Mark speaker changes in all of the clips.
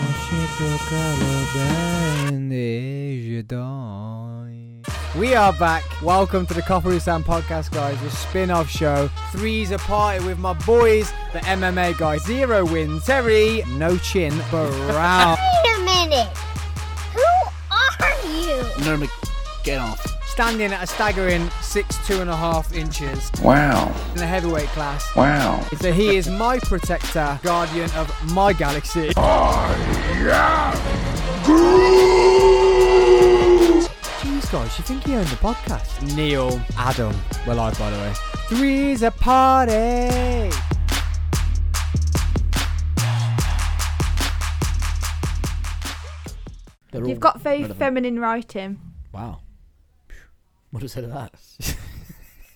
Speaker 1: your colorblind is you die. We are back. Welcome to the Coppery Sound Podcast, guys. The spin-off show. Three's a party with my boys, the MMA guy. Zero win, Terry. No chin, Brown.
Speaker 2: Wait a minute. Who are you?
Speaker 3: Norma, get off.
Speaker 1: Standing at a staggering six, two and a half inches
Speaker 3: Wow.
Speaker 1: in the heavyweight class.
Speaker 3: Wow.
Speaker 1: So he is my protector, guardian of my galaxy. Jeez, guys, you think you own the podcast? Neil, Adam, we're live by the way. Three's a party.
Speaker 4: You've got very feminine writing.
Speaker 3: Wow. What is it that?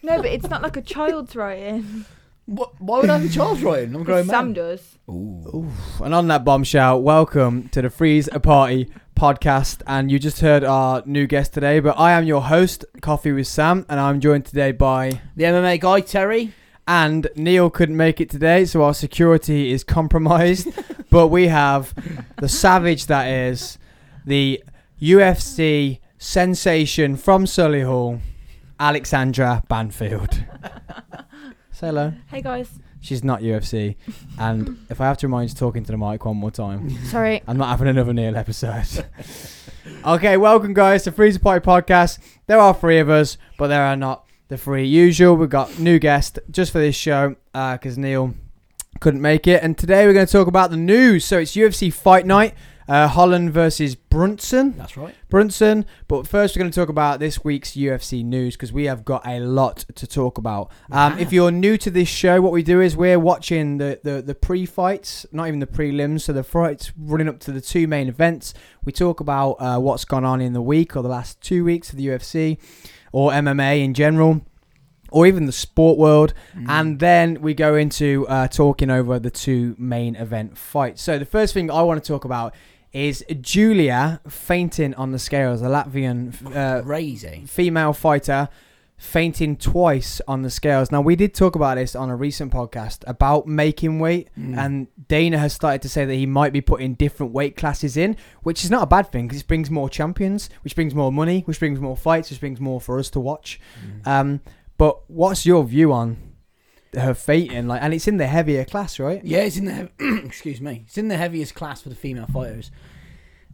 Speaker 4: No, but it's not like a child's writing.
Speaker 3: What, why would I have a child writing? I'm a grown
Speaker 4: Sam
Speaker 3: man.
Speaker 4: does.
Speaker 1: And on that bombshell, welcome to the Freeze a Party podcast. And you just heard our new guest today, but I am your host, Coffee with Sam, and I'm joined today by.
Speaker 3: The MMA guy, Terry.
Speaker 1: And Neil couldn't make it today, so our security is compromised. but we have the savage that is the UFC sensation from Sully Hall, Alexandra Banfield. Say hello.
Speaker 4: Hey guys.
Speaker 1: She's not UFC. And if I have to remind you talking to the mic one more time,
Speaker 4: Sorry.
Speaker 1: I'm not having another Neil episode. okay, welcome guys to Freezer Party Podcast. There are three of us, but there are not the three usual. We've got new guest just for this show because Neil couldn't make it. And today we're going to talk about the news. So it's UFC Fight Night, uh, Holland versus Brunson.
Speaker 3: That's right.
Speaker 1: Brunson. But first, we're going to talk about this week's UFC news because we have got a lot to talk about. Um, If you're new to this show, what we do is we're watching the, the, the pre fights, not even the prelims, so the fights running up to the two main events. We talk about uh, what's gone on in the week or the last two weeks of the UFC or MMA in general. Or even the sport world, and then we go into uh, talking over the two main event fights. So the first thing I want to talk about is Julia fainting on the scales, a Latvian uh,
Speaker 3: Crazy.
Speaker 1: female fighter fainting twice on the scales. Now we did talk about this on a recent podcast about making weight
Speaker 3: Mm.
Speaker 1: and Dana has started to say that he might be putting different weight classes in, which is not a bad thing because it brings more champions, which brings more money, which brings more fights, which brings more for us to watch.
Speaker 3: Mm.
Speaker 1: Um, but what's your view on her fainting like and it's in the heavier class, right?
Speaker 3: Yeah, it's in the heav- excuse me. It's in the heaviest class for the female fighters.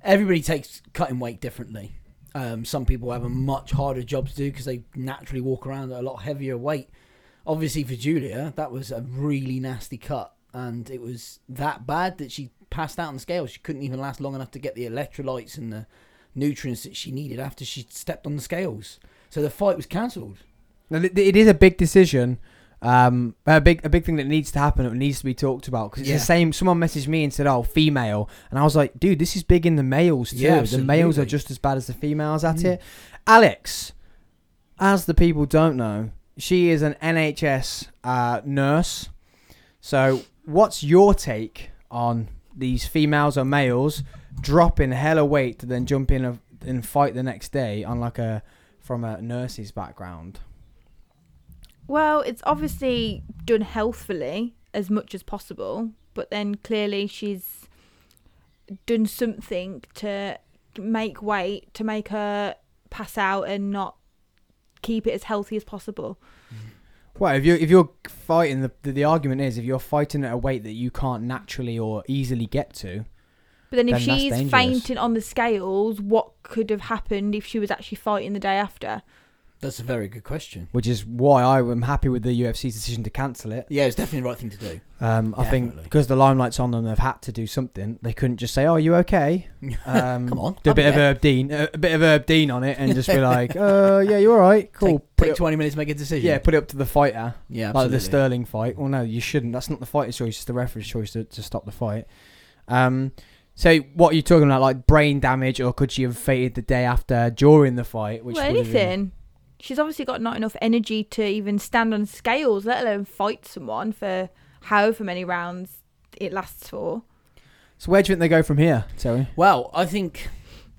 Speaker 3: Everybody takes cutting weight differently. Um, some people have a much harder job to do because they naturally walk around at a lot heavier weight. Obviously, for Julia, that was a really nasty cut, and it was that bad that she passed out on the scale. She couldn't even last long enough to get the electrolytes and the nutrients that she needed after she stepped on the scales. So the fight was cancelled.
Speaker 1: Now, it it is a big decision. Um, a big a big thing that needs to happen. It needs to be talked about because it's
Speaker 3: Yeah.
Speaker 1: the same. Someone messaged me and said, "Oh, female," and I was like, "Dude, this is big in the males too.
Speaker 3: Yeah,
Speaker 1: the males are
Speaker 3: absolutely. Mm.
Speaker 1: just as bad as the females at it." Alex, as the people don't know, she is an NHS uh, nurse. So, what's your take on these females or males dropping hella weight to then jump in a, and fight the next day on like a from a nurse's background?
Speaker 4: Well, it's obviously done healthfully as much as possible, but then clearly she's done something to make weight to make her pass out and not keep it as healthy as possible.
Speaker 1: Well, if you're if you're fighting the, the the argument is if you're fighting at a weight that you can't naturally or easily get to,
Speaker 4: But then if
Speaker 1: Then that's
Speaker 4: she's
Speaker 1: dangerous.
Speaker 4: fainting on the scales, what could have happened if she was actually fighting the day after?
Speaker 3: That's a very good question.
Speaker 1: which is why I am happy with the UFC's decision to cancel it.
Speaker 3: Yeah, it's definitely the right thing to do.
Speaker 1: Um, I think
Speaker 3: Definitely.
Speaker 1: because the limelight's on them, they've had to do something. They couldn't just say, "Oh, are you okay?" Um,
Speaker 3: Come on,
Speaker 1: do a
Speaker 3: I'll
Speaker 1: bit
Speaker 3: be
Speaker 1: of
Speaker 3: there.
Speaker 1: Herb Dean, uh, a a bit of Herb Dean on it, and just be like, "Uh, yeah, you're all right, cool."
Speaker 3: Take,
Speaker 1: Put
Speaker 3: take
Speaker 1: it-
Speaker 3: 20 minutes to make a decision.
Speaker 1: yeah, put it up to the fighter.
Speaker 3: Yeah,
Speaker 1: like the
Speaker 3: absolutely.
Speaker 1: Sterling fight. Well, no, you shouldn't. That's not the fighter's choice. It's the referee's choice to, to stop the fight. Um, so what are you talking about? Like brain damage, or could she have fainted the day after during the fight? Which
Speaker 4: well,
Speaker 1: would have
Speaker 4: anything.
Speaker 1: been-
Speaker 4: She's obviously got not enough energy to even stand on scales, let alone fight someone for however many rounds it lasts for.
Speaker 1: So where do you think they go from here, Terry?
Speaker 3: Well, I think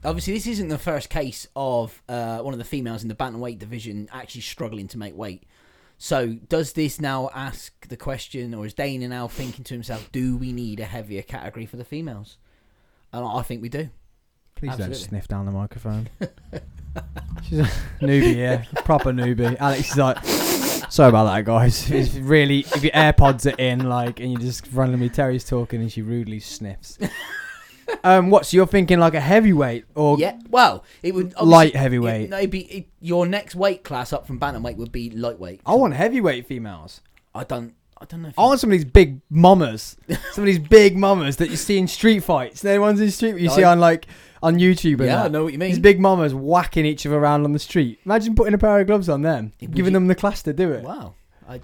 Speaker 3: obviously this isn't the first case of uh, one of the females in the bantamweight division actually struggling to make weight. So does this now ask the question, or is Dana now thinking to himself, do we need a heavier category for the females? And I think we do.
Speaker 1: Please
Speaker 3: Absolutely.
Speaker 1: don't sniff down the microphone. She's a newbie, yeah, proper newbie. Alex is like, sorry about that, guys. It's really if your AirPods are in, like, and you just randomly Terry's talking and she rudely sniffs. um, what? So you're thinking like a heavyweight or
Speaker 3: yeah. Well, it would obviously-
Speaker 1: light heavyweight?
Speaker 3: It, no, it'd be it, your next weight class up from bantamweight would be lightweight.
Speaker 1: I want heavyweight females.
Speaker 3: I don't. I don't know. If
Speaker 1: I want some of these big mamas, some of these big mamas that you see in street fights. They're the ones in street you see
Speaker 3: I-
Speaker 1: on like on YouTube. And
Speaker 3: Yeah, I
Speaker 1: that.
Speaker 3: know what you mean.
Speaker 1: These big mamas whacking each other around on the street. Imagine putting a pair of gloves on them,
Speaker 3: Would
Speaker 1: giving
Speaker 3: you-
Speaker 1: them the class to do it.
Speaker 3: Wow. I.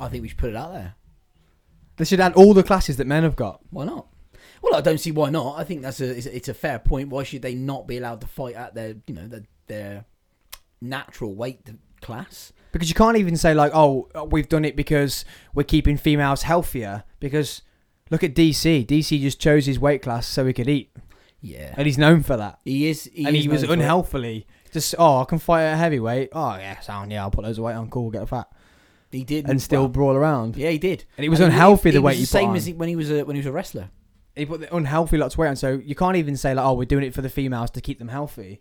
Speaker 3: I think we should put it out there.
Speaker 1: They should add all the classes that men have got.
Speaker 3: Why not? Well, I don't see why not. I think that's a it's, it's a fair point. Why should they not be allowed to fight at their you know their, their natural weight class?
Speaker 1: Because you can't even say like, "Oh, we've done it because we're keeping females healthier." Because look at DC. DC just chose his weight class so he could eat,
Speaker 3: Yeah.
Speaker 1: and he's known for that.
Speaker 3: He is. He
Speaker 1: and
Speaker 3: is
Speaker 1: he was
Speaker 3: known for it.
Speaker 1: unhealthily just, "Oh, I can fight at heavyweight. Oh yeah, sound yeah, I'll put loads of weight on. Cool, get fat,
Speaker 3: He did.
Speaker 1: and still
Speaker 3: well,
Speaker 1: brawl around."
Speaker 3: yeah, he did.
Speaker 1: And it was unhealthy the
Speaker 3: was
Speaker 1: weight he
Speaker 3: the same
Speaker 1: put
Speaker 3: as
Speaker 1: on.
Speaker 3: he, when he was a when he was a wrestler.
Speaker 1: He put the unhealthy lots of weight on, so you can't even say like, "Oh, we're doing it for the females to keep them healthy."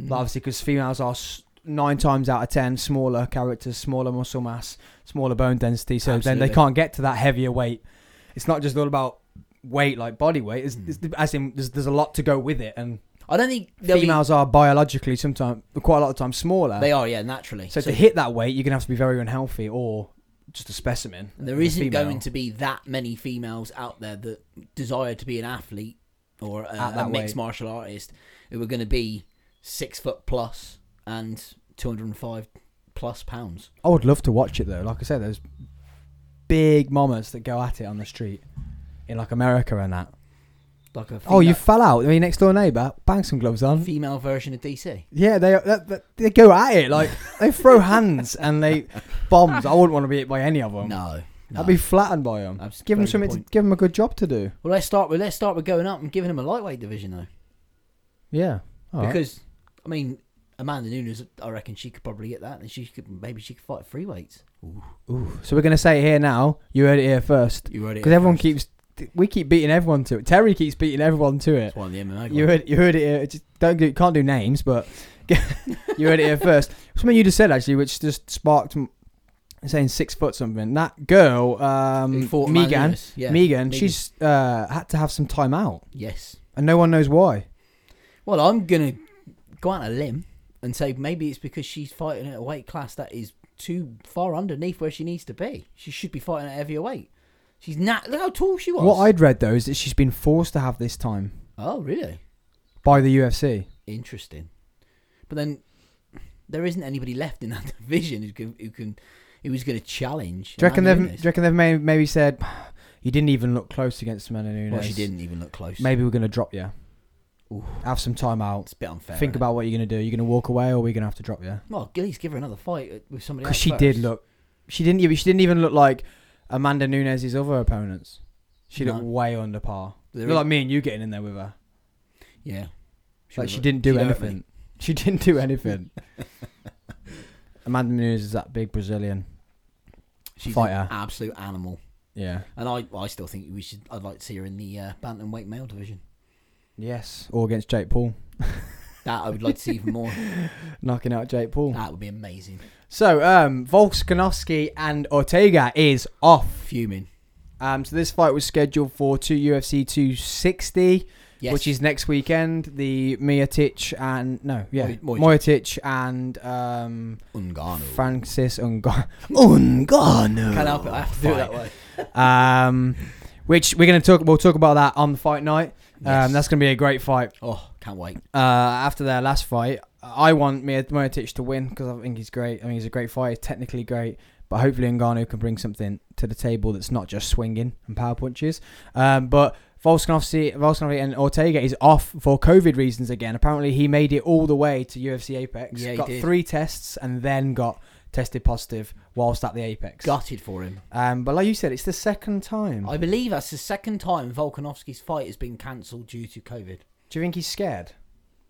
Speaker 3: Mm.
Speaker 1: But obviously, because females are s- nine times out of ten smaller characters, smaller muscle mass, smaller bone density, so then
Speaker 3: Absolutely.
Speaker 1: they can't get to that heavier weight. It's not just all about weight, like body weight.
Speaker 3: Mm.
Speaker 1: It's, it's, as in, there's, there's a lot to go with it, and
Speaker 3: I don't think they'll be-
Speaker 1: females are biologically sometimes quite a lot of times smaller.
Speaker 3: They are, yeah, naturally.
Speaker 1: so, to hit that weight, you're gonna have to be very unhealthy or just a specimen.
Speaker 3: And there
Speaker 1: a
Speaker 3: isn't
Speaker 1: female.
Speaker 3: going to be that many females out there that desire to be an athlete or
Speaker 1: At
Speaker 3: a, a
Speaker 1: that weight.
Speaker 3: mixed martial artist who are going to be six foot plus and 205 plus pounds.
Speaker 1: I would love to watch it though. Like I said, there's big mamas that go at it on the street in like America and that.
Speaker 3: Like a female,
Speaker 1: Oh, you fell out. I mean, next door neighbour, bang some gloves on.
Speaker 3: female version of DC.
Speaker 1: Yeah, they that, that, they go at it like they throw hands and they bombs. I wouldn't want to be hit by any of them.
Speaker 3: No. no.
Speaker 1: I'd be flattened by them.
Speaker 3: That's
Speaker 1: give them
Speaker 3: very good
Speaker 1: something. To,
Speaker 3: point.
Speaker 1: give them a good job to do.
Speaker 3: Well, let's start with let's start with going up and giving him a lightweight division though,
Speaker 1: Yeah. All right.
Speaker 3: because I mean Amanda Nunes, I reckon she could probably get that, and she could maybe she could fight free weights.
Speaker 1: Ooh. So we're gonna say it here now. You heard it here first.
Speaker 3: You ready?
Speaker 1: Because everyone keeps. We keep beating everyone to it. Terry keeps beating everyone to it.
Speaker 3: That's one of the MMA.
Speaker 1: You heard, you heard it. Here. Just don't do, can't do names, but you heard it here first. Something you just said actually, which just sparked m- saying six foot something. That girl, um,
Speaker 3: Who fought Amanda
Speaker 1: Megan,
Speaker 3: Nunes, yeah.
Speaker 1: Megan,
Speaker 3: Megan.
Speaker 1: she's uh, had to have some time out,
Speaker 3: yes.
Speaker 1: and no one knows why.
Speaker 3: Well, I'm gonna go out on a limb and say maybe it's because she's fighting at a weight class that is too far underneath where she needs to be. She should be fighting at a heavier weight. She's not. Look how tall she was.
Speaker 1: What I'd read though is that she's been forced to have this time
Speaker 3: oh, really?
Speaker 1: by the UFC.
Speaker 3: Interesting. But then there isn't anybody left in that division who can who can who is going to challenge.
Speaker 1: Do you reckon
Speaker 3: Amanda
Speaker 1: they've? Do
Speaker 3: Nunes.
Speaker 1: you reckon they've may, maybe said you didn't even look close against Amanda Nunes?
Speaker 3: Well, she didn't even look close.
Speaker 1: Maybe we're gonna drop you.
Speaker 3: Ooh.
Speaker 1: Have some time out.
Speaker 3: it's a bit unfair.
Speaker 1: Think
Speaker 3: isn't
Speaker 1: about what you're gonna do. You're gonna walk away, or we're gonna have to drop you.
Speaker 3: it? Well, at least give her another fight with somebody.
Speaker 1: Because
Speaker 3: else
Speaker 1: she
Speaker 3: first.
Speaker 1: did look. She didn't. even- She didn't even look like Amanda Nunes' other opponents. She looked
Speaker 3: No.
Speaker 1: way under par.
Speaker 3: There
Speaker 1: Looked
Speaker 3: is-
Speaker 1: like me and you getting in there with her.
Speaker 3: Yeah.
Speaker 1: like she
Speaker 3: looked-
Speaker 1: didn't do
Speaker 3: she looked
Speaker 1: anything. She didn't do anything. Amanda Nunes is that big Brazilian.
Speaker 3: She's
Speaker 1: Fighter.
Speaker 3: an absolute animal.
Speaker 1: Yeah.
Speaker 3: And I, I still think we should. I'd like to see her in the uh, bantamweight male division.
Speaker 1: Yes. Or against Jake Paul,
Speaker 3: That I would like to see even more.
Speaker 1: knocking out Jake Paul.
Speaker 3: That would be amazing.
Speaker 1: So, um, Volkanovski and Ortega is off.
Speaker 3: Fuming.
Speaker 1: Um, so this fight was scheduled for two UFC 260.
Speaker 3: Yes.
Speaker 1: which is next weekend. The Miatic and no, yeah,
Speaker 3: Moj- Moj-
Speaker 1: Miatic and um,
Speaker 3: Ungano.
Speaker 1: Francis Unga- Ungano.
Speaker 3: Can't help it. I have to do it that way.
Speaker 1: Um, which we're gonna talk. We'll talk about that on the fight night.
Speaker 3: Yes.
Speaker 1: Um, that's gonna be a great fight.
Speaker 3: Oh, can't wait.
Speaker 1: Uh, after their last fight, I want Mia- Miatic to win because I think he's great. I mean, he's a great fighter, technically great. But hopefully, Ngannou can bring something to the table that's not just swinging and power punches. Um, but Volkanovski, Volkanovski and Ortega is off for COVID reasons again. Apparently, he made it all the way to UFC Apex.
Speaker 3: Yeah, he
Speaker 1: got
Speaker 3: did.
Speaker 1: three tests and then got tested positive whilst at the Apex.
Speaker 3: Gutted for him.
Speaker 1: Um, but like you said, it's the second time.
Speaker 3: I believe that's the second time Volkanovski's fight has been cancelled due to COVID.
Speaker 1: Do you think he's scared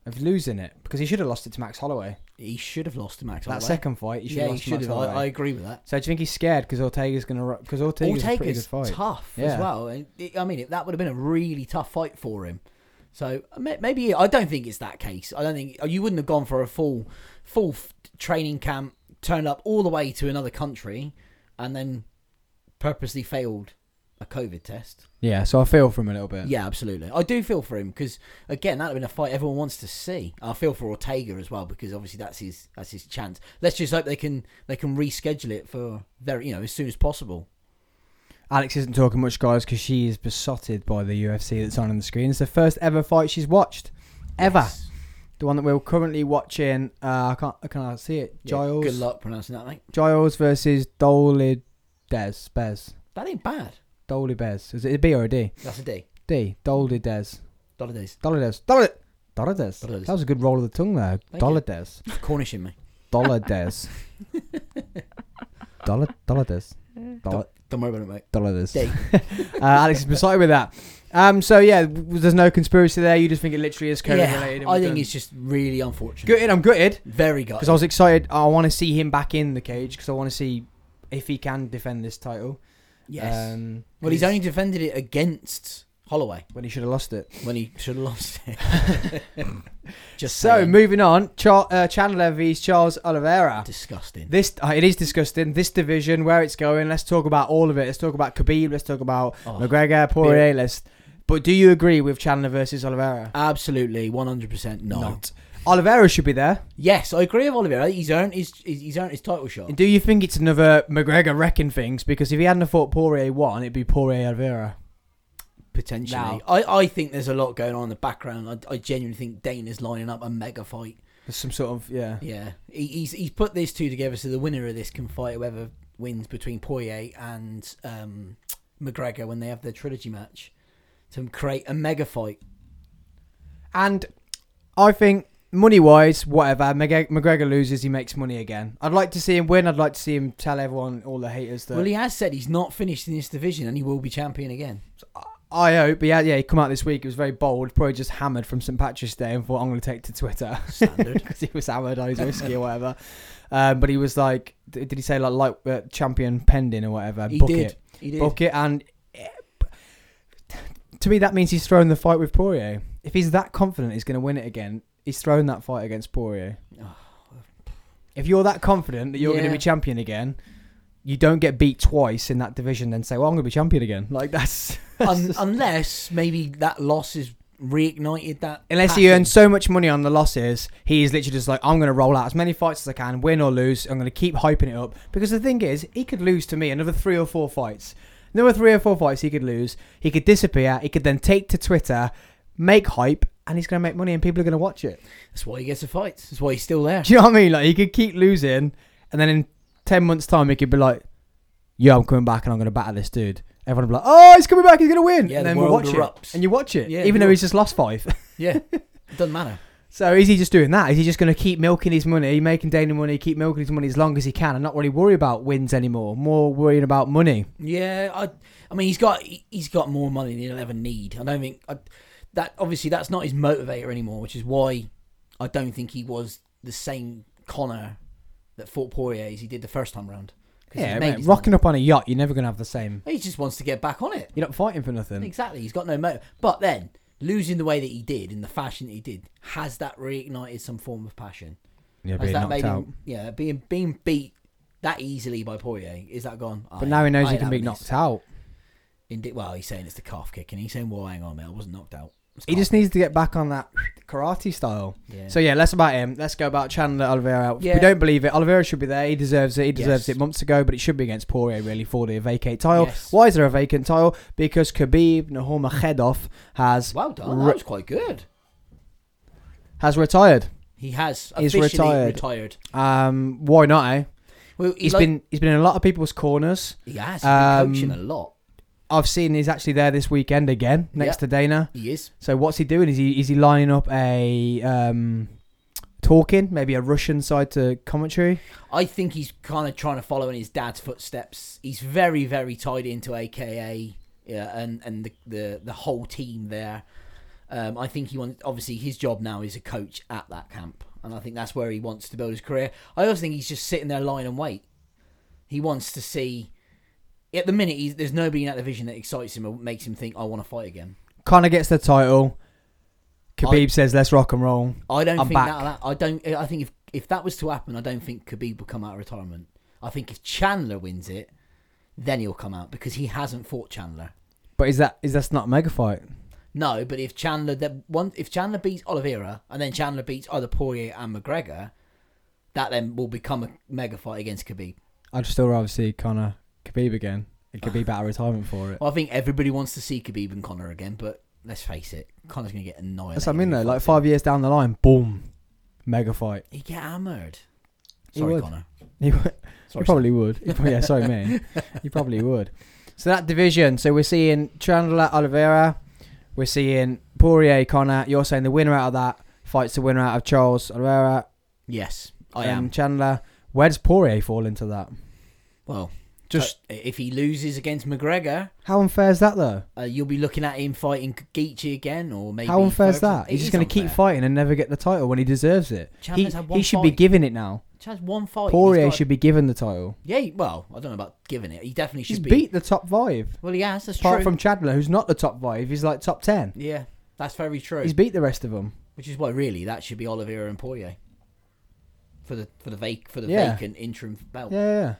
Speaker 1: of losing it because he should have lost it to Max Holloway?
Speaker 3: He should have lost to Max.
Speaker 1: That
Speaker 3: Holloway.
Speaker 1: second fight, he should
Speaker 3: yeah,
Speaker 1: have
Speaker 3: he
Speaker 1: lost to
Speaker 3: should
Speaker 1: Max
Speaker 3: have. I,
Speaker 1: Holloway.
Speaker 3: I agree with that.
Speaker 1: So do you think he's scared because Ortega's gonna because Ortega's, a pretty good
Speaker 3: Ortega's
Speaker 1: fight?
Speaker 3: tough as
Speaker 1: Yeah.
Speaker 3: well. And it- I mean, it, that would have been a really tough fight for him. So may- maybe I don't think it's that case. I don't think uh, you wouldn't have gone for a full full f- training camp, turned up all the way to another country, and then purposely failed a COVID test.
Speaker 1: Yeah, so I feel for him a little bit.
Speaker 3: Yeah, absolutely. I do feel for him because again, that'd have been a fight everyone wants to see. I feel for Ortega as well because obviously that's his that's his chance. Let's just hope they can they can reschedule it for very you know as soon as possible.
Speaker 1: Alex isn't talking much, guys, because she is besotted by the UFC that's on on the screen. It's the first ever fight she's watched, ever.
Speaker 3: Yes.
Speaker 1: The one that we're currently watching. Uh, I can't, I can't see it.
Speaker 3: Yeah,
Speaker 1: Giles,
Speaker 3: good luck pronouncing that, mate.
Speaker 1: Giles versus Dolly Des Bez.
Speaker 3: That ain't bad.
Speaker 1: Dolly Bez. Is it a B or a D?
Speaker 3: That's a D.
Speaker 1: D. Dolly Des.
Speaker 3: Dollar days.
Speaker 1: Dolly Des. Dolly. Dolly Des.
Speaker 3: Dolly Des.
Speaker 1: That was a good roll of the tongue there.
Speaker 3: Thank
Speaker 1: Dolly
Speaker 3: you.
Speaker 1: Des.
Speaker 3: Cornish in me.
Speaker 1: Dollar Des. Dollar Dollar Des. Dollar
Speaker 3: Don't worry about it, mate.
Speaker 1: Dollar Des.
Speaker 3: Day.
Speaker 1: Uh, Alex is beside with that. Um, so yeah, w- there's no conspiracy there. You just think it literally is COVID related.
Speaker 3: Yeah,
Speaker 1: and
Speaker 3: I
Speaker 1: we're
Speaker 3: think
Speaker 1: done.
Speaker 3: it's just really unfortunate.
Speaker 1: gutted. I'm gutted
Speaker 3: Very good.
Speaker 1: because I was excited. I want to see him back in the cage because I want to see if he can defend this title.
Speaker 3: yes.
Speaker 1: Um,
Speaker 3: well, he's only defended it against Holloway
Speaker 1: when he should have lost it.
Speaker 3: when he should have lost it. just
Speaker 1: So
Speaker 3: saying.
Speaker 1: moving on, Char- uh, Chandler vs Charles Oliveira.
Speaker 3: disgusting.
Speaker 1: This uh, it is disgusting. This division, where it's going. Let's talk about all of it. Let's talk about Khabib. Let's talk about
Speaker 3: Oh.
Speaker 1: McGregor, Poirier. Let's. But do you agree with Chandler versus Oliveira?
Speaker 3: Absolutely, one hundred percent not.
Speaker 1: Oliveira should be there.
Speaker 3: Yes, I agree with Oliveira. He's earned his he's he's earned his title shot.
Speaker 1: And do you think it's another McGregor wrecking things? Because if he hadn't have fought Poirier one, it'd be Poirier Oliveira.
Speaker 3: potentially.
Speaker 1: Now-
Speaker 3: I, I think there's a lot going on in the background. I, I genuinely think Dane is lining up a mega fight.
Speaker 1: There's some sort of yeah.
Speaker 3: Yeah, he, he's he's put these two together so the winner of this can fight whoever wins between Poirier and um, McGregor when they have their trilogy match to create a mega fight.
Speaker 1: And I think money wise, whatever McGreg- McGregor loses, he makes money again. I'd like to see him win. I'd like to see him tell everyone, all the haters that.
Speaker 3: well, he has said he's not finished in this division and he will be champion again.
Speaker 1: I hope. Yeah, yeah. He come out this week. He was very bold. Probably just hammered from St Patrick's Day and thought I'm going to take to Twitter
Speaker 3: Standard.
Speaker 1: because he was hammered on his whiskey or whatever. Um, but he was like, d- did he say like light uh, champion pending or whatever?
Speaker 3: he,
Speaker 1: Book
Speaker 3: did.
Speaker 1: it.
Speaker 3: he did.
Speaker 1: book it. And eh, b- to me, that means he's thrown the fight with Poirier. If he's that confident, he's going to win it again. He's thrown that fight against Poirier.
Speaker 3: Oh.
Speaker 1: If you're that confident that you're going
Speaker 3: Yeah.
Speaker 1: to be champion again, you don't get beat twice in that division, then say, "Well, I'm going to be champion again." Like that's
Speaker 3: Un- unless maybe that loss has reignited that.
Speaker 1: Unless he
Speaker 3: passion.
Speaker 1: earns so much money on the losses, he is literally just like, I'm going to roll out as many fights as I can, win or lose. I'm going to keep hyping it up. Because the thing is, he could lose to me another three or four fights. Another three or four fights he could lose. He could disappear. He could then take to Twitter, make hype, and he's going to make money and people are going to watch it.
Speaker 3: That's why he gets a fight. That's why he's still there.
Speaker 1: Do you know what I mean? Like, he could keep losing, and then in 10 months' time, he could be like, Yo, I'm coming back and I'm going to batter this dude. Everyone will be like, Oh, he's coming back. He's going to win.
Speaker 3: Yeah,
Speaker 1: and
Speaker 3: the
Speaker 1: then we'll
Speaker 3: world
Speaker 1: watch
Speaker 3: erupts.
Speaker 1: it. And you watch it,
Speaker 3: Yeah,
Speaker 1: even
Speaker 3: you
Speaker 1: though
Speaker 3: will.
Speaker 1: he's just lost five.
Speaker 3: Yeah. it doesn't matter.
Speaker 1: So is he just doing that? Is he just going to keep milking his money, making daily money, keep milking his money as long as he can, and not really worry about wins anymore? More worrying about money.
Speaker 3: Yeah, I, I mean, he's got he- he's got more money than he'll ever need. I don't think I, that obviously that's not his motivator anymore, which is why I don't think he was the same Connor that fought Poirier as he did the first time round. 'Cause
Speaker 1: Yeah,
Speaker 3: he's
Speaker 1: mate,
Speaker 3: made his
Speaker 1: rocking up on a yacht, you're never going to have the same.
Speaker 3: money. He just wants to get back on it.
Speaker 1: You're not fighting for nothing.
Speaker 3: Exactly, he's got no motive. But then losing the way that he did in the fashion that he did has that reignited some form of passion?
Speaker 1: Yeah,
Speaker 3: Has
Speaker 1: being
Speaker 3: that
Speaker 1: knocked
Speaker 3: made
Speaker 1: out.
Speaker 3: him? Yeah, being being beat that easily by Poirier is that gone?
Speaker 1: But now he knows he can be knocked out.
Speaker 3: Indeed. Well, he's saying it's the calf kick, and he's saying, "Well, hang on, mate, I wasn't knocked out." It's
Speaker 1: He
Speaker 3: calf-
Speaker 1: just needs to get back on that karate style.
Speaker 3: yeah.
Speaker 1: So yeah, less about him. Let's go about Chandler Oliveira.
Speaker 3: Yeah.
Speaker 1: We don't believe it. Oliveira should be there. He deserves it. He deserves
Speaker 3: Yes.
Speaker 1: it months ago, but it should be against Poirier really for the vacate title.
Speaker 3: Yes.
Speaker 1: Why is there a vacant title? Because Khabib Nurmagomedov has
Speaker 3: well done.
Speaker 1: Re-
Speaker 3: that was quite good.
Speaker 1: has retired.
Speaker 3: He has
Speaker 1: He's
Speaker 3: officially retired.
Speaker 1: retired. Um, why not? Eh?
Speaker 3: Well, he
Speaker 1: He's
Speaker 3: like-
Speaker 1: been he's been in a lot of people's corners.
Speaker 3: he has
Speaker 1: um,
Speaker 3: he's been coaching a lot.
Speaker 1: I've seen he's actually there this weekend again next
Speaker 3: Yep.
Speaker 1: to Dana.
Speaker 3: He is.
Speaker 1: So what's he doing? Is he is he lining up a um, talking maybe a Russian side to commentary?
Speaker 3: I think he's kind of trying to follow in his dad's footsteps. He's very, very tied into AKA yeah, and and the, the the whole team there. Um, I think he wants. Obviously, his job now is a coach at that camp, and I think that's where he wants to build his career. I also think he's just sitting there, lying and wait. He wants to see. At the minute, he's, there's nobody in that division that excites him or makes him think, "I want to fight again."
Speaker 1: Connor gets the title. Khabib says, "Let's rock and roll."
Speaker 3: I don't
Speaker 1: I'm
Speaker 3: think
Speaker 1: back.
Speaker 3: that, that. I don't. I think if if that was to happen, I don't think Khabib would come out of retirement. I think if Chandler wins it, then he'll come out because he hasn't fought Chandler.
Speaker 1: But is that is that's not a mega fight?
Speaker 3: No, but if Chandler then one if Chandler beats Oliveira and then Chandler beats either Poirier and McGregor, that then will become a mega fight against Khabib.
Speaker 1: I'd still rather see Connor Khabib again. It could be better retirement for it.
Speaker 3: Well, I think everybody wants to see Khabib and Connor again, but let's face it, Connor's gonna get annoyed.
Speaker 1: That's what I mean though. Like five years down the line, boom, mega fight.
Speaker 3: He'd get hammered.
Speaker 1: He
Speaker 3: Sorry,
Speaker 1: would.
Speaker 3: Connor.
Speaker 1: He, w-
Speaker 3: Sorry,
Speaker 1: he probably would. He probably- yeah, sorry, man. He probably would. So that division. So we're seeing Chandler Oliveira. We're seeing Poirier Connor. You're saying the winner out of that fights the winner out of Charles Oliveira
Speaker 3: Yes, I
Speaker 1: and
Speaker 3: am.
Speaker 1: Chandler. Where does Poirier fall into that?
Speaker 3: Well,
Speaker 1: Just
Speaker 3: just if he loses against McGregor,
Speaker 1: how unfair is that though?
Speaker 3: uh, you'll be looking at him fighting Geechee again, or maybe
Speaker 1: How unfair is
Speaker 3: Ferguson.
Speaker 1: that? He's
Speaker 3: It
Speaker 1: just
Speaker 3: is
Speaker 1: going to keep
Speaker 3: unfair.
Speaker 1: fighting and never get the title when he deserves it. He,
Speaker 3: Chandler's had one
Speaker 1: he should be
Speaker 3: fight.
Speaker 1: given it now.
Speaker 3: Chad's one fight.
Speaker 1: Poirier
Speaker 3: he's got-
Speaker 1: should be given the title.
Speaker 3: Yeah, he- well, I don't know about giving it. He definitely
Speaker 1: He's
Speaker 3: should be.
Speaker 1: beat the top five.
Speaker 3: Well, he has. That's
Speaker 1: Apart
Speaker 3: true.
Speaker 1: from Chandler, who's not the top five, he's like top ten.
Speaker 3: yeah, that's very true.
Speaker 1: He's beat the rest of them.
Speaker 3: Which is why, really, that should be Oliveira and Poirier for the for the vac for the
Speaker 1: Yeah.
Speaker 3: vacant interim belt.
Speaker 1: Yeah, yeah, yeah.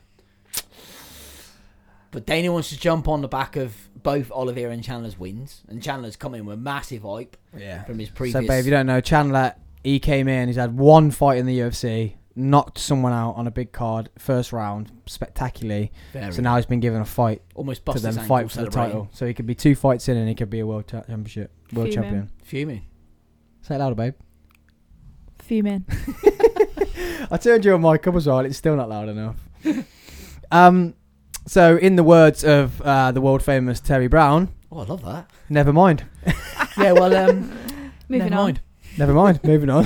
Speaker 3: But Dana wants to jump on the back of both Oliveira and Chandler's wins, and Chandler's come in with massive hype
Speaker 1: Yeah.
Speaker 3: from his previous.
Speaker 1: So, babe, you don't know Chandler. He came in. He's had one fight in the UFC, knocked someone out on a big card, first round, spectacularly.
Speaker 3: very-
Speaker 1: So now he's been given a fight
Speaker 3: almost
Speaker 1: to
Speaker 3: busted his
Speaker 1: then
Speaker 3: ankle
Speaker 1: fight for the
Speaker 3: celebrating.
Speaker 1: title. So he could be two fights in, and he could be a world cha- championship, world
Speaker 4: Fuming.
Speaker 1: champion.
Speaker 3: Fuming.
Speaker 1: Say it louder, babe.
Speaker 4: Few men.
Speaker 1: I turned your mic up as well. It's still not loud enough. um, so in the words of uh, the world famous Terry Brown,
Speaker 3: Oh, I love that.
Speaker 1: never mind,
Speaker 3: Yeah, well, um,
Speaker 4: Moving
Speaker 3: never
Speaker 4: on.
Speaker 3: mind.
Speaker 1: never mind. Moving on.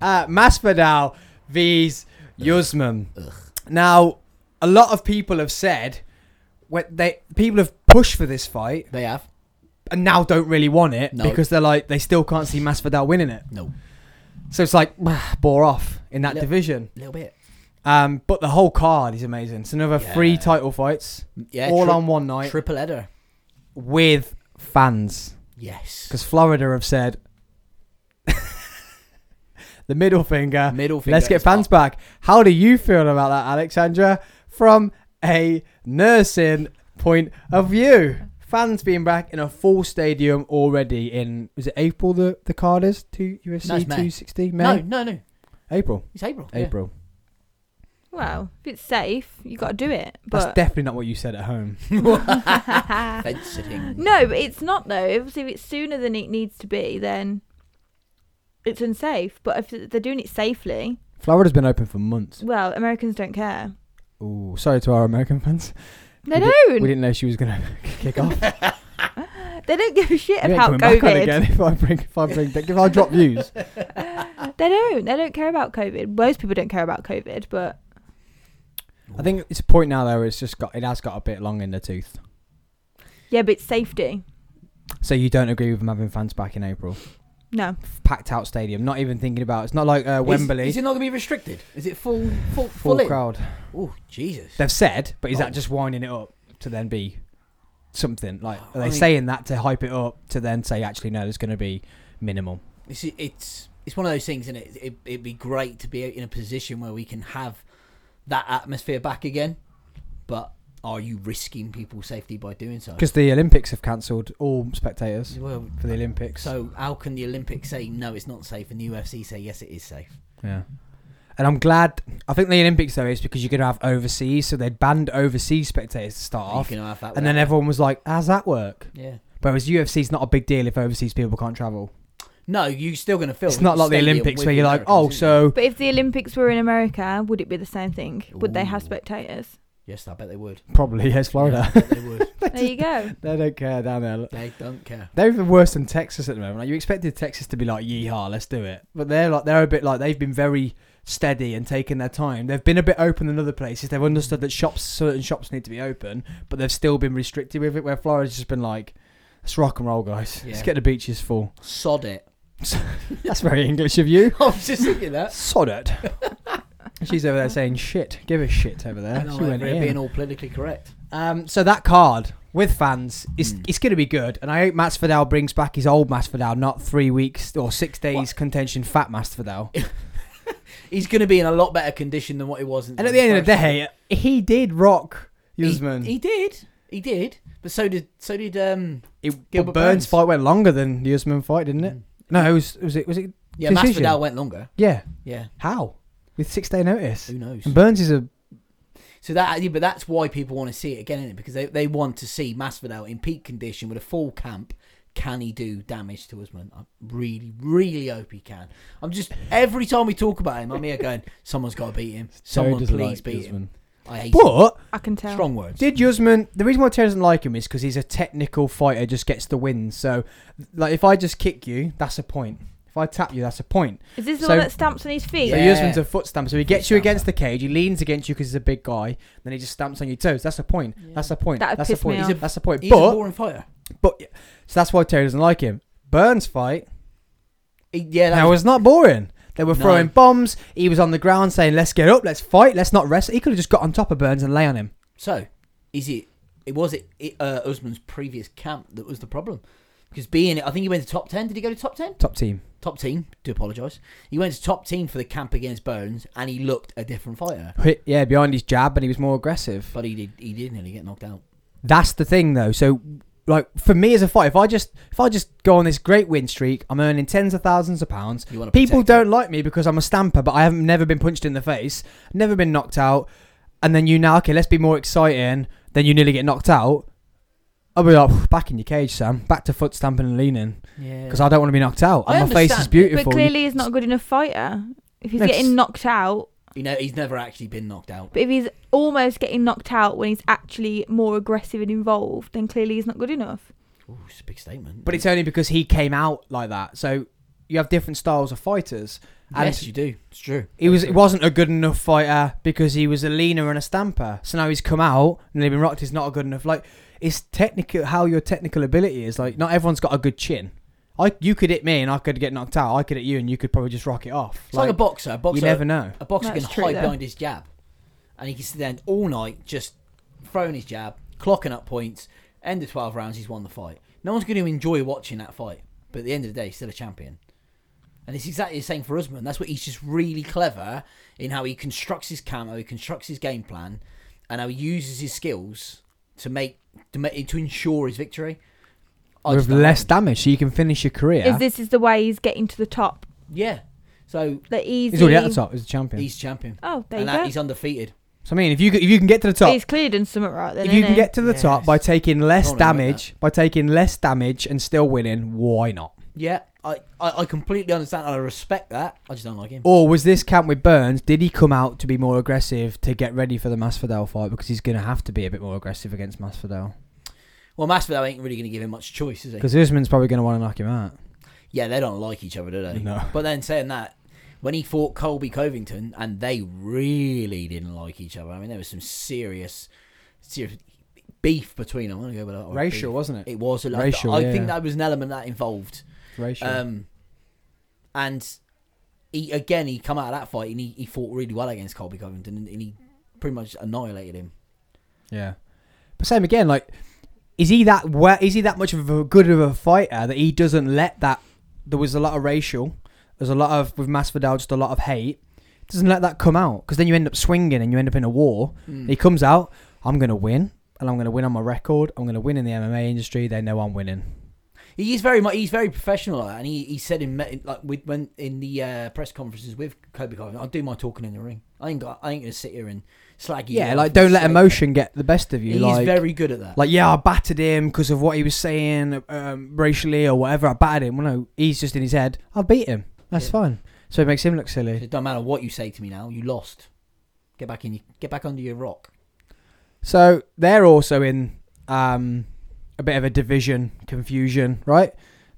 Speaker 1: uh, Masvidal vs. Yuzman.
Speaker 3: Ugh.
Speaker 1: Now, a lot of people have said when they people have pushed for this fight
Speaker 3: They have
Speaker 1: and now don't really want it
Speaker 3: No.
Speaker 1: because they're like they still can't see Masvidal winning it.
Speaker 3: no
Speaker 1: So it's like bore off in that
Speaker 3: Look.
Speaker 1: division.
Speaker 3: little bit.
Speaker 1: Um, but the whole card is amazing. It's another three
Speaker 3: Yeah.
Speaker 1: title fights.
Speaker 3: Yeah,
Speaker 1: all
Speaker 3: tri-
Speaker 1: on one night
Speaker 3: triple header.
Speaker 1: with fans
Speaker 3: Yes.
Speaker 1: because Florida have said the middle finger.
Speaker 3: middle finger. Oh.
Speaker 1: Let's get
Speaker 3: is
Speaker 1: fans
Speaker 3: up.
Speaker 1: back. How do you feel about that, Alexandra? From a nursing point of view, fans being back in a full stadium already in was it April the the card is two
Speaker 3: No,
Speaker 1: USC
Speaker 3: it's May.
Speaker 1: two sixty May
Speaker 3: No, no, no.
Speaker 1: April
Speaker 3: It's April. yeah.
Speaker 1: April.
Speaker 4: Well, if it's safe, you got to do it.
Speaker 1: That's
Speaker 4: But
Speaker 1: definitely not what you said at home.
Speaker 3: Fence sitting.
Speaker 4: no, but it's not though. Obviously, if it's sooner than it needs to be, then it's unsafe. But if they're doing it safely,
Speaker 1: Florida's been open for months.
Speaker 4: well, Americans don't care.
Speaker 1: Ooh, sorry to our American fans.
Speaker 4: They
Speaker 1: We did-
Speaker 4: don't.
Speaker 1: We didn't know she was gonna kick off.
Speaker 4: They don't give a shit
Speaker 1: You ain't
Speaker 4: about
Speaker 1: coming back on
Speaker 4: COVID.
Speaker 1: again if I bring if I bring if I drop views.
Speaker 4: They don't. They don't care about COVID. Most people don't care about COVID, but
Speaker 1: I think it's a point now though. It's just got it has got a bit long in the tooth.
Speaker 4: yeah, but it's safety.
Speaker 1: So you don't agree with them having fans back in April?
Speaker 4: No,
Speaker 1: Packed out stadium. Not even thinking about. It's not like uh,
Speaker 3: Is-
Speaker 1: Wembley.
Speaker 3: Is, it not going to be restricted? Is it full, full,
Speaker 1: full
Speaker 3: full, in?
Speaker 1: crowd?
Speaker 3: Oh Jesus!
Speaker 1: They've said, but is
Speaker 3: Oh.
Speaker 1: that just winding it up to then be something? Like are they
Speaker 3: I mean-
Speaker 1: saying that to hype it up to then say actually no, there's going to be minimal.
Speaker 3: It's, it's it's one of those things, and it, it it'd be great to be in a position where we can have that atmosphere back again. But are you risking people's safety by doing so?
Speaker 1: Because the Olympics have cancelled all spectators
Speaker 3: well,
Speaker 1: for the Olympics.
Speaker 3: so how can the Olympics say no, it's not safe, and the UFC say yes, it is safe?
Speaker 1: Yeah. And I'm glad. I think the Olympics though is because you're going to have overseas, so they banned overseas spectators to start
Speaker 3: You
Speaker 1: off,
Speaker 3: can have that.
Speaker 1: and then
Speaker 3: without-
Speaker 1: everyone was like, "How's that work?"
Speaker 3: yeah.
Speaker 1: Whereas UFC's not a big deal if overseas people can't travel.
Speaker 3: No, you're still going to fill.
Speaker 1: It's not like the
Speaker 3: stadium
Speaker 1: Olympics
Speaker 3: with
Speaker 1: where
Speaker 3: the
Speaker 1: you're like,
Speaker 3: Americans,
Speaker 1: oh,
Speaker 3: isn't it?"
Speaker 1: so
Speaker 4: but if the Olympics were in America, would it be the same thing? Would they have
Speaker 3: Ooh.
Speaker 4: spectators?
Speaker 3: yes, I bet they would.
Speaker 1: probably yes, Florida.
Speaker 3: Yeah, I bet they would.
Speaker 4: There you go.
Speaker 1: they don't care down there.
Speaker 3: They don't care.
Speaker 1: They're even worse than Texas at the moment. Like you expected Texas to be like, yeehaw, let's do it. But they're like they're a bit like they've been very steady and taking their time. They've been a bit open than other places. They've understood that shops certain shops need to be open, but they've still been restricted with it where Florida's just been like, Let's rock and roll guys. Let's
Speaker 3: Yeah.
Speaker 1: get the beaches full.
Speaker 3: Sod it.
Speaker 1: That's very English of you.
Speaker 3: I was just thinking that.
Speaker 1: Sod it. She's over there saying shit. Give a shit over there.
Speaker 3: And
Speaker 1: She
Speaker 3: I'm
Speaker 1: went
Speaker 3: over here
Speaker 1: in.
Speaker 3: being all politically correct.
Speaker 1: Um, so that card with fans, it's
Speaker 3: Mm.
Speaker 1: it's going to be good. And I hope Masvidal brings back his old Masvidal, not three weeks or six days
Speaker 3: What?
Speaker 1: contention fat Masvidal.
Speaker 3: He's going to be in a lot better condition than what he was. In
Speaker 1: And at the end of the
Speaker 3: first-
Speaker 1: day, he did rock Usman.
Speaker 3: he, he did, he did. But so did so did um
Speaker 1: It, well,
Speaker 3: Gilbert
Speaker 1: Burns,
Speaker 3: Burns.
Speaker 1: fight went longer than the Usman fight, didn't
Speaker 3: Hmm.
Speaker 1: it? No, it was was it was it
Speaker 3: yeah
Speaker 1: Decision.
Speaker 3: Masvidal went longer.
Speaker 1: yeah.
Speaker 3: Yeah,
Speaker 1: How with six day notice?
Speaker 3: who knows?
Speaker 1: And Burns is a
Speaker 3: So that, yeah, but that's why people want to see it again, is it? Because they, they want to see Masvidal in peak condition with a full camp. Can he do damage to Usman? I really, really hope he can. I'm just every time we talk about him, I'm here going, someone's got to beat him. Someone please beat him. I hate him.
Speaker 1: But
Speaker 4: I can tell.
Speaker 3: strong words.
Speaker 1: Did Usman? The reason why Terry doesn't like him is because he's a technical fighter, just gets the win. So, like, if I just kick you, that's a point. If I tap you, that's a point.
Speaker 4: Is this the
Speaker 1: So-
Speaker 4: one that stamps on his feet?
Speaker 1: So
Speaker 3: Yeah.
Speaker 1: Usman's a foot stamp. So he gets you
Speaker 3: stamper.
Speaker 1: against the cage. He leans against you because he's a big guy. Then he just stamps on your toes. That's a point. That's a point.
Speaker 4: That'd
Speaker 1: that's a
Speaker 4: piss me
Speaker 1: point.
Speaker 4: off.
Speaker 1: That's a point.
Speaker 3: He's a
Speaker 1: But
Speaker 3: boring fighter.
Speaker 1: but so that's why Terry doesn't like him. Burns fight
Speaker 3: He- yeah, that
Speaker 1: that
Speaker 3: was,
Speaker 1: was not boring. They were
Speaker 3: No.
Speaker 1: throwing bombs. He was on the ground saying, "Let's get up. Let's fight. Let's not rest." He could have just got on top of Burns and lay on him.
Speaker 3: so. Is it? It was it, it uh, Usman's previous camp that was the problem. Because being, I think he went to top ten. Did he go to top ten?
Speaker 1: Top team.
Speaker 3: Top team. Do apologise. He went to top team for the camp against Burns, and he looked a different fighter.
Speaker 1: Hit- Yeah, behind his jab, and he was more aggressive.
Speaker 3: But he did. He did nearly get knocked out.
Speaker 1: That's the thing, though. So, like for me as a fighter, if I just if I just go on this great win streak, I'm earning tens of thousands of pounds.
Speaker 3: You want to
Speaker 1: People don't like me because I'm a stamper, but I haven't never been punched in the face, never been knocked out. And then you now, okay, let's be more exciting. Then you nearly get knocked out. I'll be like, back in your cage, Sam. Back to foot stamping and leaning
Speaker 3: Yeah.
Speaker 1: because I don't want to be knocked out.
Speaker 3: I
Speaker 1: And my face is
Speaker 3: understand, but
Speaker 1: beautiful.
Speaker 4: But
Speaker 1: You-
Speaker 4: clearly, he's not a good enough fighter. If he's
Speaker 1: No, 'cause-
Speaker 4: getting knocked out,
Speaker 3: you know he's never actually been knocked out.
Speaker 4: but if he's almost getting knocked out when he's actually more aggressive and involved, then clearly he's not good enough.
Speaker 3: Ooh, it's a big statement.
Speaker 1: But it's only because he came out like that. So you have different styles of fighters. And
Speaker 3: yes, you do. It's true.
Speaker 1: He was it wasn't a good enough fighter because he was a leaner and a stamper. So now he's come out and they've been rocked. He's not a good enough. Like it's technical how your technical ability is. Like not everyone's got a good chin. I you could hit me and I could get knocked out. I could hit you and you could probably just rock it off.
Speaker 3: It's like, a boxer. A boxer.
Speaker 1: you never know.
Speaker 3: A boxer
Speaker 4: That's
Speaker 3: can
Speaker 4: true,
Speaker 3: hide
Speaker 4: though.
Speaker 3: behind his jab, and he can stand all night just throwing his jab, clocking up points. End of twelve rounds, he's won the fight. No one's going to enjoy watching that fight, but at the end of the day, he's still a champion. And it's exactly the same for Usman. That's what he's just really clever in how he constructs his camo, he constructs his game plan, and how he uses his skills to make to make to ensure his victory. I
Speaker 1: With
Speaker 3: just don't
Speaker 1: less
Speaker 3: like
Speaker 1: damage, so you can finish your career.
Speaker 4: Is this is the way he's getting to the top?
Speaker 3: him. yeah. So
Speaker 4: That easy.
Speaker 1: he's already at the top. He's a champion.
Speaker 3: he's champion,
Speaker 4: Oh, there
Speaker 3: and
Speaker 4: you
Speaker 3: that,
Speaker 4: go.
Speaker 3: he's undefeated.
Speaker 1: so I mean, if you if you can get to the top,
Speaker 4: He's clearly done something right then.
Speaker 1: if you
Speaker 4: innit?
Speaker 1: can get to the top
Speaker 3: Yes.
Speaker 1: by taking less
Speaker 3: Don't know about
Speaker 1: damage, by taking less damage and still winning, why not?
Speaker 3: Yeah, I, I, I completely understand. and I respect that. I just don't like him.
Speaker 1: Or was this camp with Burns? Did he come out to be more aggressive to get ready for the Masvidal fight because he's going to have to be a bit more aggressive against Masvidal
Speaker 3: Well, Masvidal ain't really going to give him much choice, is he?
Speaker 1: because Usman's probably going to want to knock him out.
Speaker 3: Yeah, they don't like each other, do they?
Speaker 1: No.
Speaker 3: But then saying that, when he fought Colby Covington, and they really didn't like each other. I mean, there was some serious, serious beef between them. I'm gonna go with that word,
Speaker 1: Racial,
Speaker 3: beef.
Speaker 1: wasn't it?
Speaker 3: It was a lot.
Speaker 1: Racial,
Speaker 3: I
Speaker 1: yeah.
Speaker 3: think that was an element that involved.
Speaker 1: Racial.
Speaker 3: Um, and he again he come out of that fight and he, he fought really well against Colby Covington and, and he pretty much annihilated him.
Speaker 1: yeah. But same again, like, is he that where is he that much of a good of a fighter that he doesn't let that? There was a lot of racial. There's a lot of with Masvidal, just a lot of hate. Doesn't let that come out because then you end up swinging and you end up in a war. He comes out. I'm going to win, and I'm going to win on my record. I'm going to win in the MMA industry. They know I'm winning.
Speaker 3: He is very much. He's very professional, like that, and he, he said in me- like with when in the uh, press conferences with Kobe Covington, I'll do my talking in the ring. I ain't got. I ain't gonna sit here and slag you.
Speaker 1: Yeah,
Speaker 3: off
Speaker 1: like
Speaker 3: and
Speaker 1: don't let
Speaker 3: slag-
Speaker 1: emotion get the best of you.
Speaker 3: He's
Speaker 1: like,
Speaker 3: very good at that.
Speaker 1: like yeah, I battered him because of what he was saying um, racially or whatever. I battered him. Well, no, he's just in his head. I beat him. That's
Speaker 3: Yeah.
Speaker 1: fine. So it makes him look silly.
Speaker 3: it don't matter what you say to me now. You lost. Get back in. Get back under your rock.
Speaker 1: So they're also in um, a bit of a division confusion, right?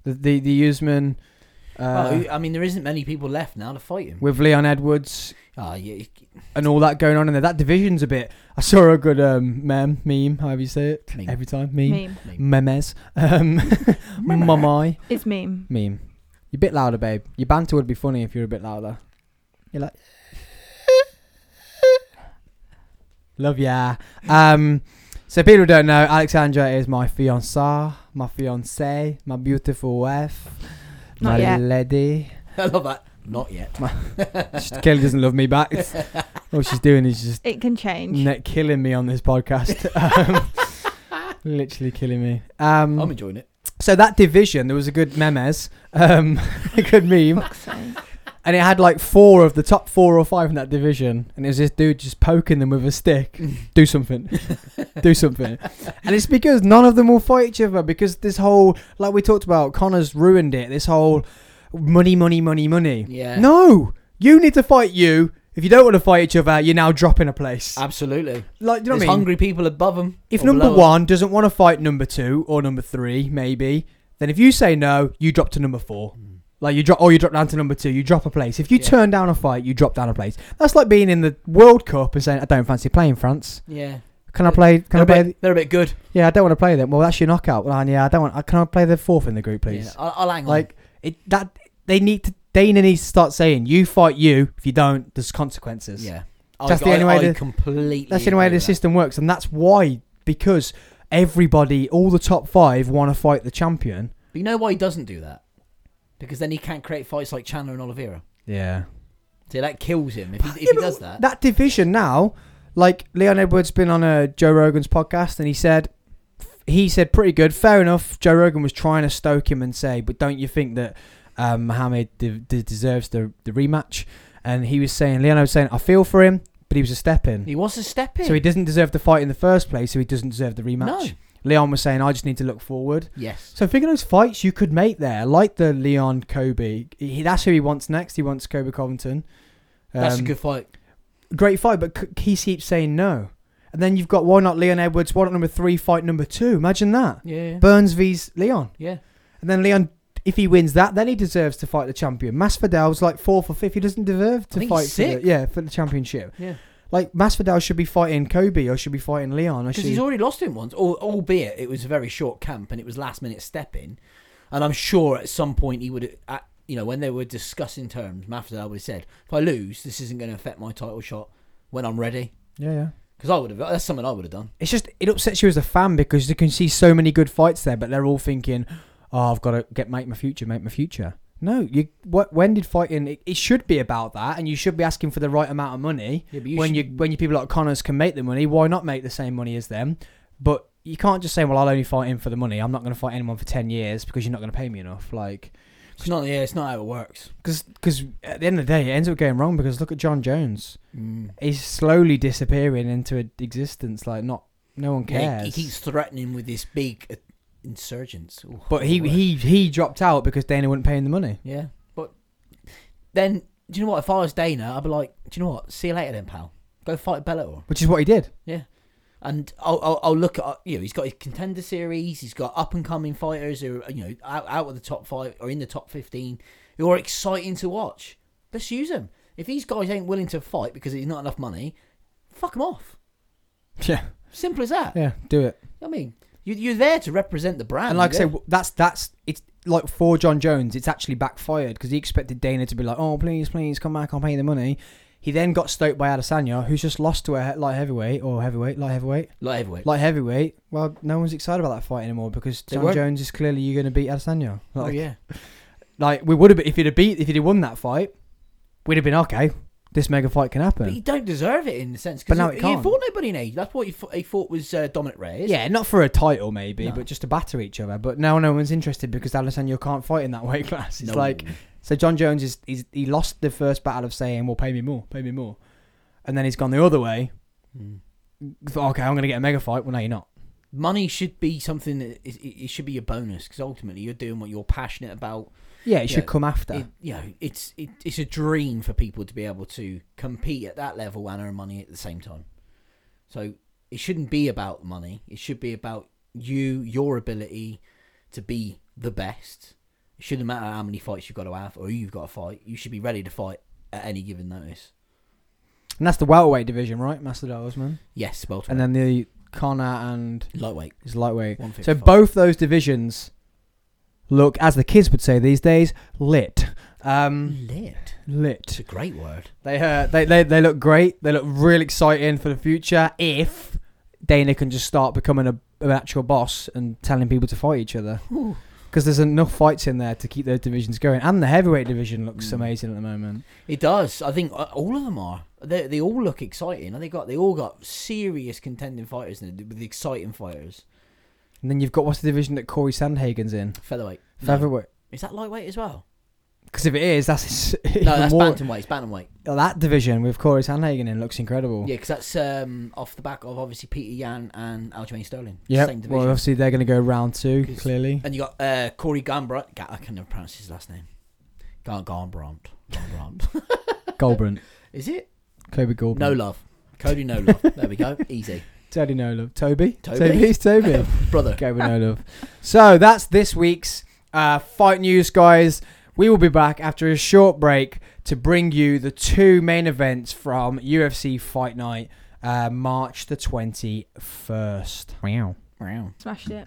Speaker 1: The the, the Usman uh,
Speaker 3: Well, I mean, there isn't many people left now to fight him.
Speaker 1: with Leon Edwards
Speaker 3: Ah, yeah,
Speaker 1: and all that going on in there. That division's a bit. I saw a good um, meme, meme, however you say it,
Speaker 3: Meme.
Speaker 1: every time meme,
Speaker 4: meme.
Speaker 1: memes, um, mamai
Speaker 4: It's meme.
Speaker 1: meme. You're a bit louder, babe. Your banter would be funny if you're a bit louder. You're like, love ya. Um, So people who don't know, Alexandra is my fiancée, my fiancée, my beautiful wife,
Speaker 4: Not
Speaker 1: my
Speaker 4: yet.
Speaker 1: lady.
Speaker 3: I love that. Not yet.
Speaker 1: She- Kelly doesn't love me back. It's, all she's doing is just
Speaker 4: It can change.
Speaker 1: net killing me on this podcast. um, literally killing me. Um,
Speaker 3: I'm enjoying it.
Speaker 1: so that division, there was a good memes, um, a good meme,
Speaker 4: Fuck's sake.
Speaker 1: and it had like four of the top four or five in that division, and it was this dude just poking them with a stick. Do something. Do something. And it's because none of them will fight each other because this whole, like we talked about, Connor's ruined it. This whole money, money, money, money.
Speaker 3: Yeah.
Speaker 1: No, you need to fight you. If you don't want to fight each other, you're now dropping a place.
Speaker 3: Absolutely.
Speaker 1: like, do you know
Speaker 3: There's
Speaker 1: what I mean?
Speaker 3: hungry people above them.
Speaker 1: If number one doesn't want to fight number two or number three, maybe, then if you say no, you drop to number four. Like you drop, or you drop down to number two. You drop a place. If you
Speaker 3: Yeah.
Speaker 1: turn down a fight, you drop down a place. That's like being in the World Cup and saying, "I don't fancy playing France.
Speaker 3: Yeah.
Speaker 1: Can I play? Can
Speaker 3: They're
Speaker 1: I
Speaker 3: a,
Speaker 1: play?
Speaker 3: bit, they're a bit good.
Speaker 1: yeah, I don't want to play them. Well, that's your knockout. Well, yeah, I don't want. Can I play the fourth in the group, please?
Speaker 3: Yeah. I'll, I'll hang on.
Speaker 1: Like it that they need to. Dana needs to start saying, "You fight you. If you don't, there's consequences."
Speaker 3: yeah.
Speaker 1: That's
Speaker 3: I,
Speaker 1: the only
Speaker 3: I,
Speaker 1: way
Speaker 3: I
Speaker 1: to-
Speaker 3: completely.
Speaker 1: That's the only way
Speaker 3: agree
Speaker 1: the
Speaker 3: with that.
Speaker 1: system works, and that's why because everybody, all the top five, want to fight the champion.
Speaker 3: But you know why he doesn't do that? Because then he can't create fights like Chandler and Oliveira.
Speaker 1: Yeah.
Speaker 3: See, that kills him if he, if
Speaker 1: Yeah,
Speaker 3: he
Speaker 1: but
Speaker 3: does that.
Speaker 1: That division now, like Leon Edwards been on a Joe Rogan's podcast, and he said, he said pretty good, fair enough. Joe Rogan was trying to stoke him and say, but don't you think that um, Mohammed de- de- deserves the the rematch? And he was saying, Leon was saying, I feel for him, but he was a step in.
Speaker 3: He was a step in.
Speaker 1: So he doesn't deserve the fight in the first place, so he doesn't deserve the rematch.
Speaker 3: No.
Speaker 1: Leon was saying, I just need to look forward.
Speaker 3: Yes.
Speaker 1: So think of those fights you could make there, like the Leon Kobe. He, that's who he wants next. He wants Kobe Covington.
Speaker 3: That's a
Speaker 1: Um,
Speaker 3: good fight.
Speaker 1: great fight, but c- he keeps saying no. And then you've got why not Leon Edwards? Why not number three fight number two? Imagine that
Speaker 3: Yeah.
Speaker 1: Burns vs Leon.
Speaker 3: yeah.
Speaker 1: And then Leon, if he wins that, then he deserves to fight the champion. Masvidal's like fourth or fifth. He doesn't deserve to
Speaker 3: think
Speaker 1: fight.
Speaker 3: he's
Speaker 1: For the,
Speaker 3: sick.
Speaker 1: yeah, for the championship.
Speaker 3: Yeah.
Speaker 1: Like Masvidal should be fighting Kobe or should be fighting Leon. Or
Speaker 3: Because
Speaker 1: should
Speaker 3: he's already lost him once, al- albeit it was a very short camp and it was last minute step in. And I'm sure at some point he would, at, you know, when they were discussing terms, Masvidal would have said, "If I lose, this isn't going to affect my title shot when I'm ready."
Speaker 1: yeah, yeah.
Speaker 3: Because I would have. That's something I would have done.
Speaker 1: it's just it upsets you as a fan because you can see so many good fights there, but they're all thinking, "Oh, I've got to get make my future, make my future." No, you. What? When did fighting? It, it should be about that, and you should be asking for the right amount of money.
Speaker 3: Yeah, but you
Speaker 1: when
Speaker 3: should-
Speaker 1: you when you people like Connors can make the money, why not make the same money as them? But you can't just say, "Well, I'll only fight him for the money. I'm not going to fight anyone for ten years because you're not going to pay me enough." Like,
Speaker 3: It's not. Yeah, it's not how it works.
Speaker 1: because at the end of the day, it ends up going wrong. Because look at John Jones.
Speaker 3: Mm.
Speaker 1: He's slowly disappearing into existence. Like, not no one cares.
Speaker 3: Yeah, he, he keeps threatening with this big uh, insurgents. Ooh,
Speaker 1: But he,
Speaker 3: word.
Speaker 1: he he dropped out because Dana wouldn't pay him the money.
Speaker 3: yeah. But then, do you know what? If I was Dana, I'd be like, "Do you know what? See you later, then, pal. Go fight Bellator."
Speaker 1: Which is what he did.
Speaker 3: and I'll, I'll, I'll look at uh, you know he's got his contender series, he's got up and coming fighters who are, you know out, out of the top five or in the top fifteen who are exciting to watch. Let's use them. If these guys ain't willing to fight because it's not enough money, fuck them off.
Speaker 1: Yeah.
Speaker 3: Simple as that.
Speaker 1: Yeah, do it.
Speaker 3: I mean, you, you're there to represent the brand.
Speaker 1: And like I
Speaker 3: You're
Speaker 1: say,
Speaker 3: there-
Speaker 1: w- that's that's it's like for John Jones, it's actually backfired because he expected Dana to be like, oh please, please come back, I'll pay you the money. He then got stoked by Adesanya, who's just lost to a he- light heavyweight or heavyweight, light heavyweight,
Speaker 3: light heavyweight.
Speaker 1: light heavyweight. Well, no one's excited about that fight anymore because
Speaker 3: They
Speaker 1: John
Speaker 3: weren't.
Speaker 1: Jones is clearly you're going to beat Adesanya. Like,
Speaker 3: oh yeah,
Speaker 1: like we would have if he'd have beat if he'd have won that fight, we'd have been okay. This mega fight can happen.
Speaker 3: but you don't deserve it in the sense. 'cause
Speaker 1: But now
Speaker 3: he,
Speaker 1: it
Speaker 3: He
Speaker 1: can't.
Speaker 3: fought nobody in age. That's what he fought, he fought was uh, Dominic Reyes.
Speaker 1: Yeah, not for a title maybe,
Speaker 3: No.
Speaker 1: but just to batter each other. But now no one's interested because Alessandro can't fight in that weight class. It's
Speaker 3: No.
Speaker 1: like so John Jones is he's, he lost the first battle of saying, "Well, pay me more, pay me more," and then he's gone the other way.
Speaker 3: Mm.
Speaker 1: Okay, I'm gonna get a mega fight. Well, no, you're not.
Speaker 3: money should be something that is, it it should be a bonus because ultimately you're doing what you're passionate about.
Speaker 1: Yeah, it
Speaker 3: Yeah.
Speaker 1: should come after.
Speaker 3: It, you know, it's it, it's a dream for people to be able to compete at that level and earn money at the same time. So it shouldn't be about money. It should be about you, your ability to be the best. It shouldn't matter how many fights you've got to have or who you've got to fight. You should be ready to fight at any given notice.
Speaker 1: and that's the welterweight division, right, Master Osman?
Speaker 3: Yes, well,
Speaker 1: And then the Connor and
Speaker 3: lightweight.
Speaker 1: his lightweight.
Speaker 3: 155.
Speaker 1: So both those divisions look, as the kids would say these days, lit. Um,
Speaker 3: lit. It's
Speaker 1: lit.
Speaker 3: a great word.
Speaker 1: They, uh, they they they look great. They look real exciting for the future if Dana can just start becoming a, an actual boss and telling people to fight each other.
Speaker 3: Ooh.
Speaker 1: Because there's enough fights in there to keep those divisions going, and the heavyweight division looks
Speaker 3: Mm.
Speaker 1: amazing at the moment.
Speaker 3: It does. I think uh, all of them are. They, they all look exciting. They got they all got serious contending fighters in it, with exciting fighters.
Speaker 1: And then you've got what's the division that Corey Sandhagen's in?
Speaker 3: Featherweight. No.
Speaker 1: Featherweight.
Speaker 3: Is that lightweight as well?
Speaker 1: Because if it is, that's even
Speaker 3: No, that's
Speaker 1: more. Oh,
Speaker 3: bantamweight. It's bantamweight.
Speaker 1: That division with Corey Sandhagen in looks incredible.
Speaker 3: Yeah, because that's um, off the back of obviously Peter Yan and Aljamain Sterling.
Speaker 1: Yep.
Speaker 3: Same division.
Speaker 1: Well, obviously they're going to go round two.
Speaker 3: 'Cause-
Speaker 1: Clearly,
Speaker 3: and you got uh, Corey Gambrandt. Ga- I can never pronounce his last name. Gar- Gambrandt. Gambrandt.
Speaker 1: Goldbrand,
Speaker 3: Is it?
Speaker 1: Kobe Goldbrand,
Speaker 3: No love. Cody No Love. There we go. Easy.
Speaker 1: Teddy No Love, Toby,
Speaker 3: Toby.
Speaker 1: Toby's Toby.
Speaker 3: Brother.
Speaker 1: Okay, we know love. So that's this week's uh, fight news, guys. We will be back after a short break to bring you the two main events from UFC Fight Night, uh, March the twenty first. Wow.
Speaker 3: Wow.
Speaker 4: Smashed it.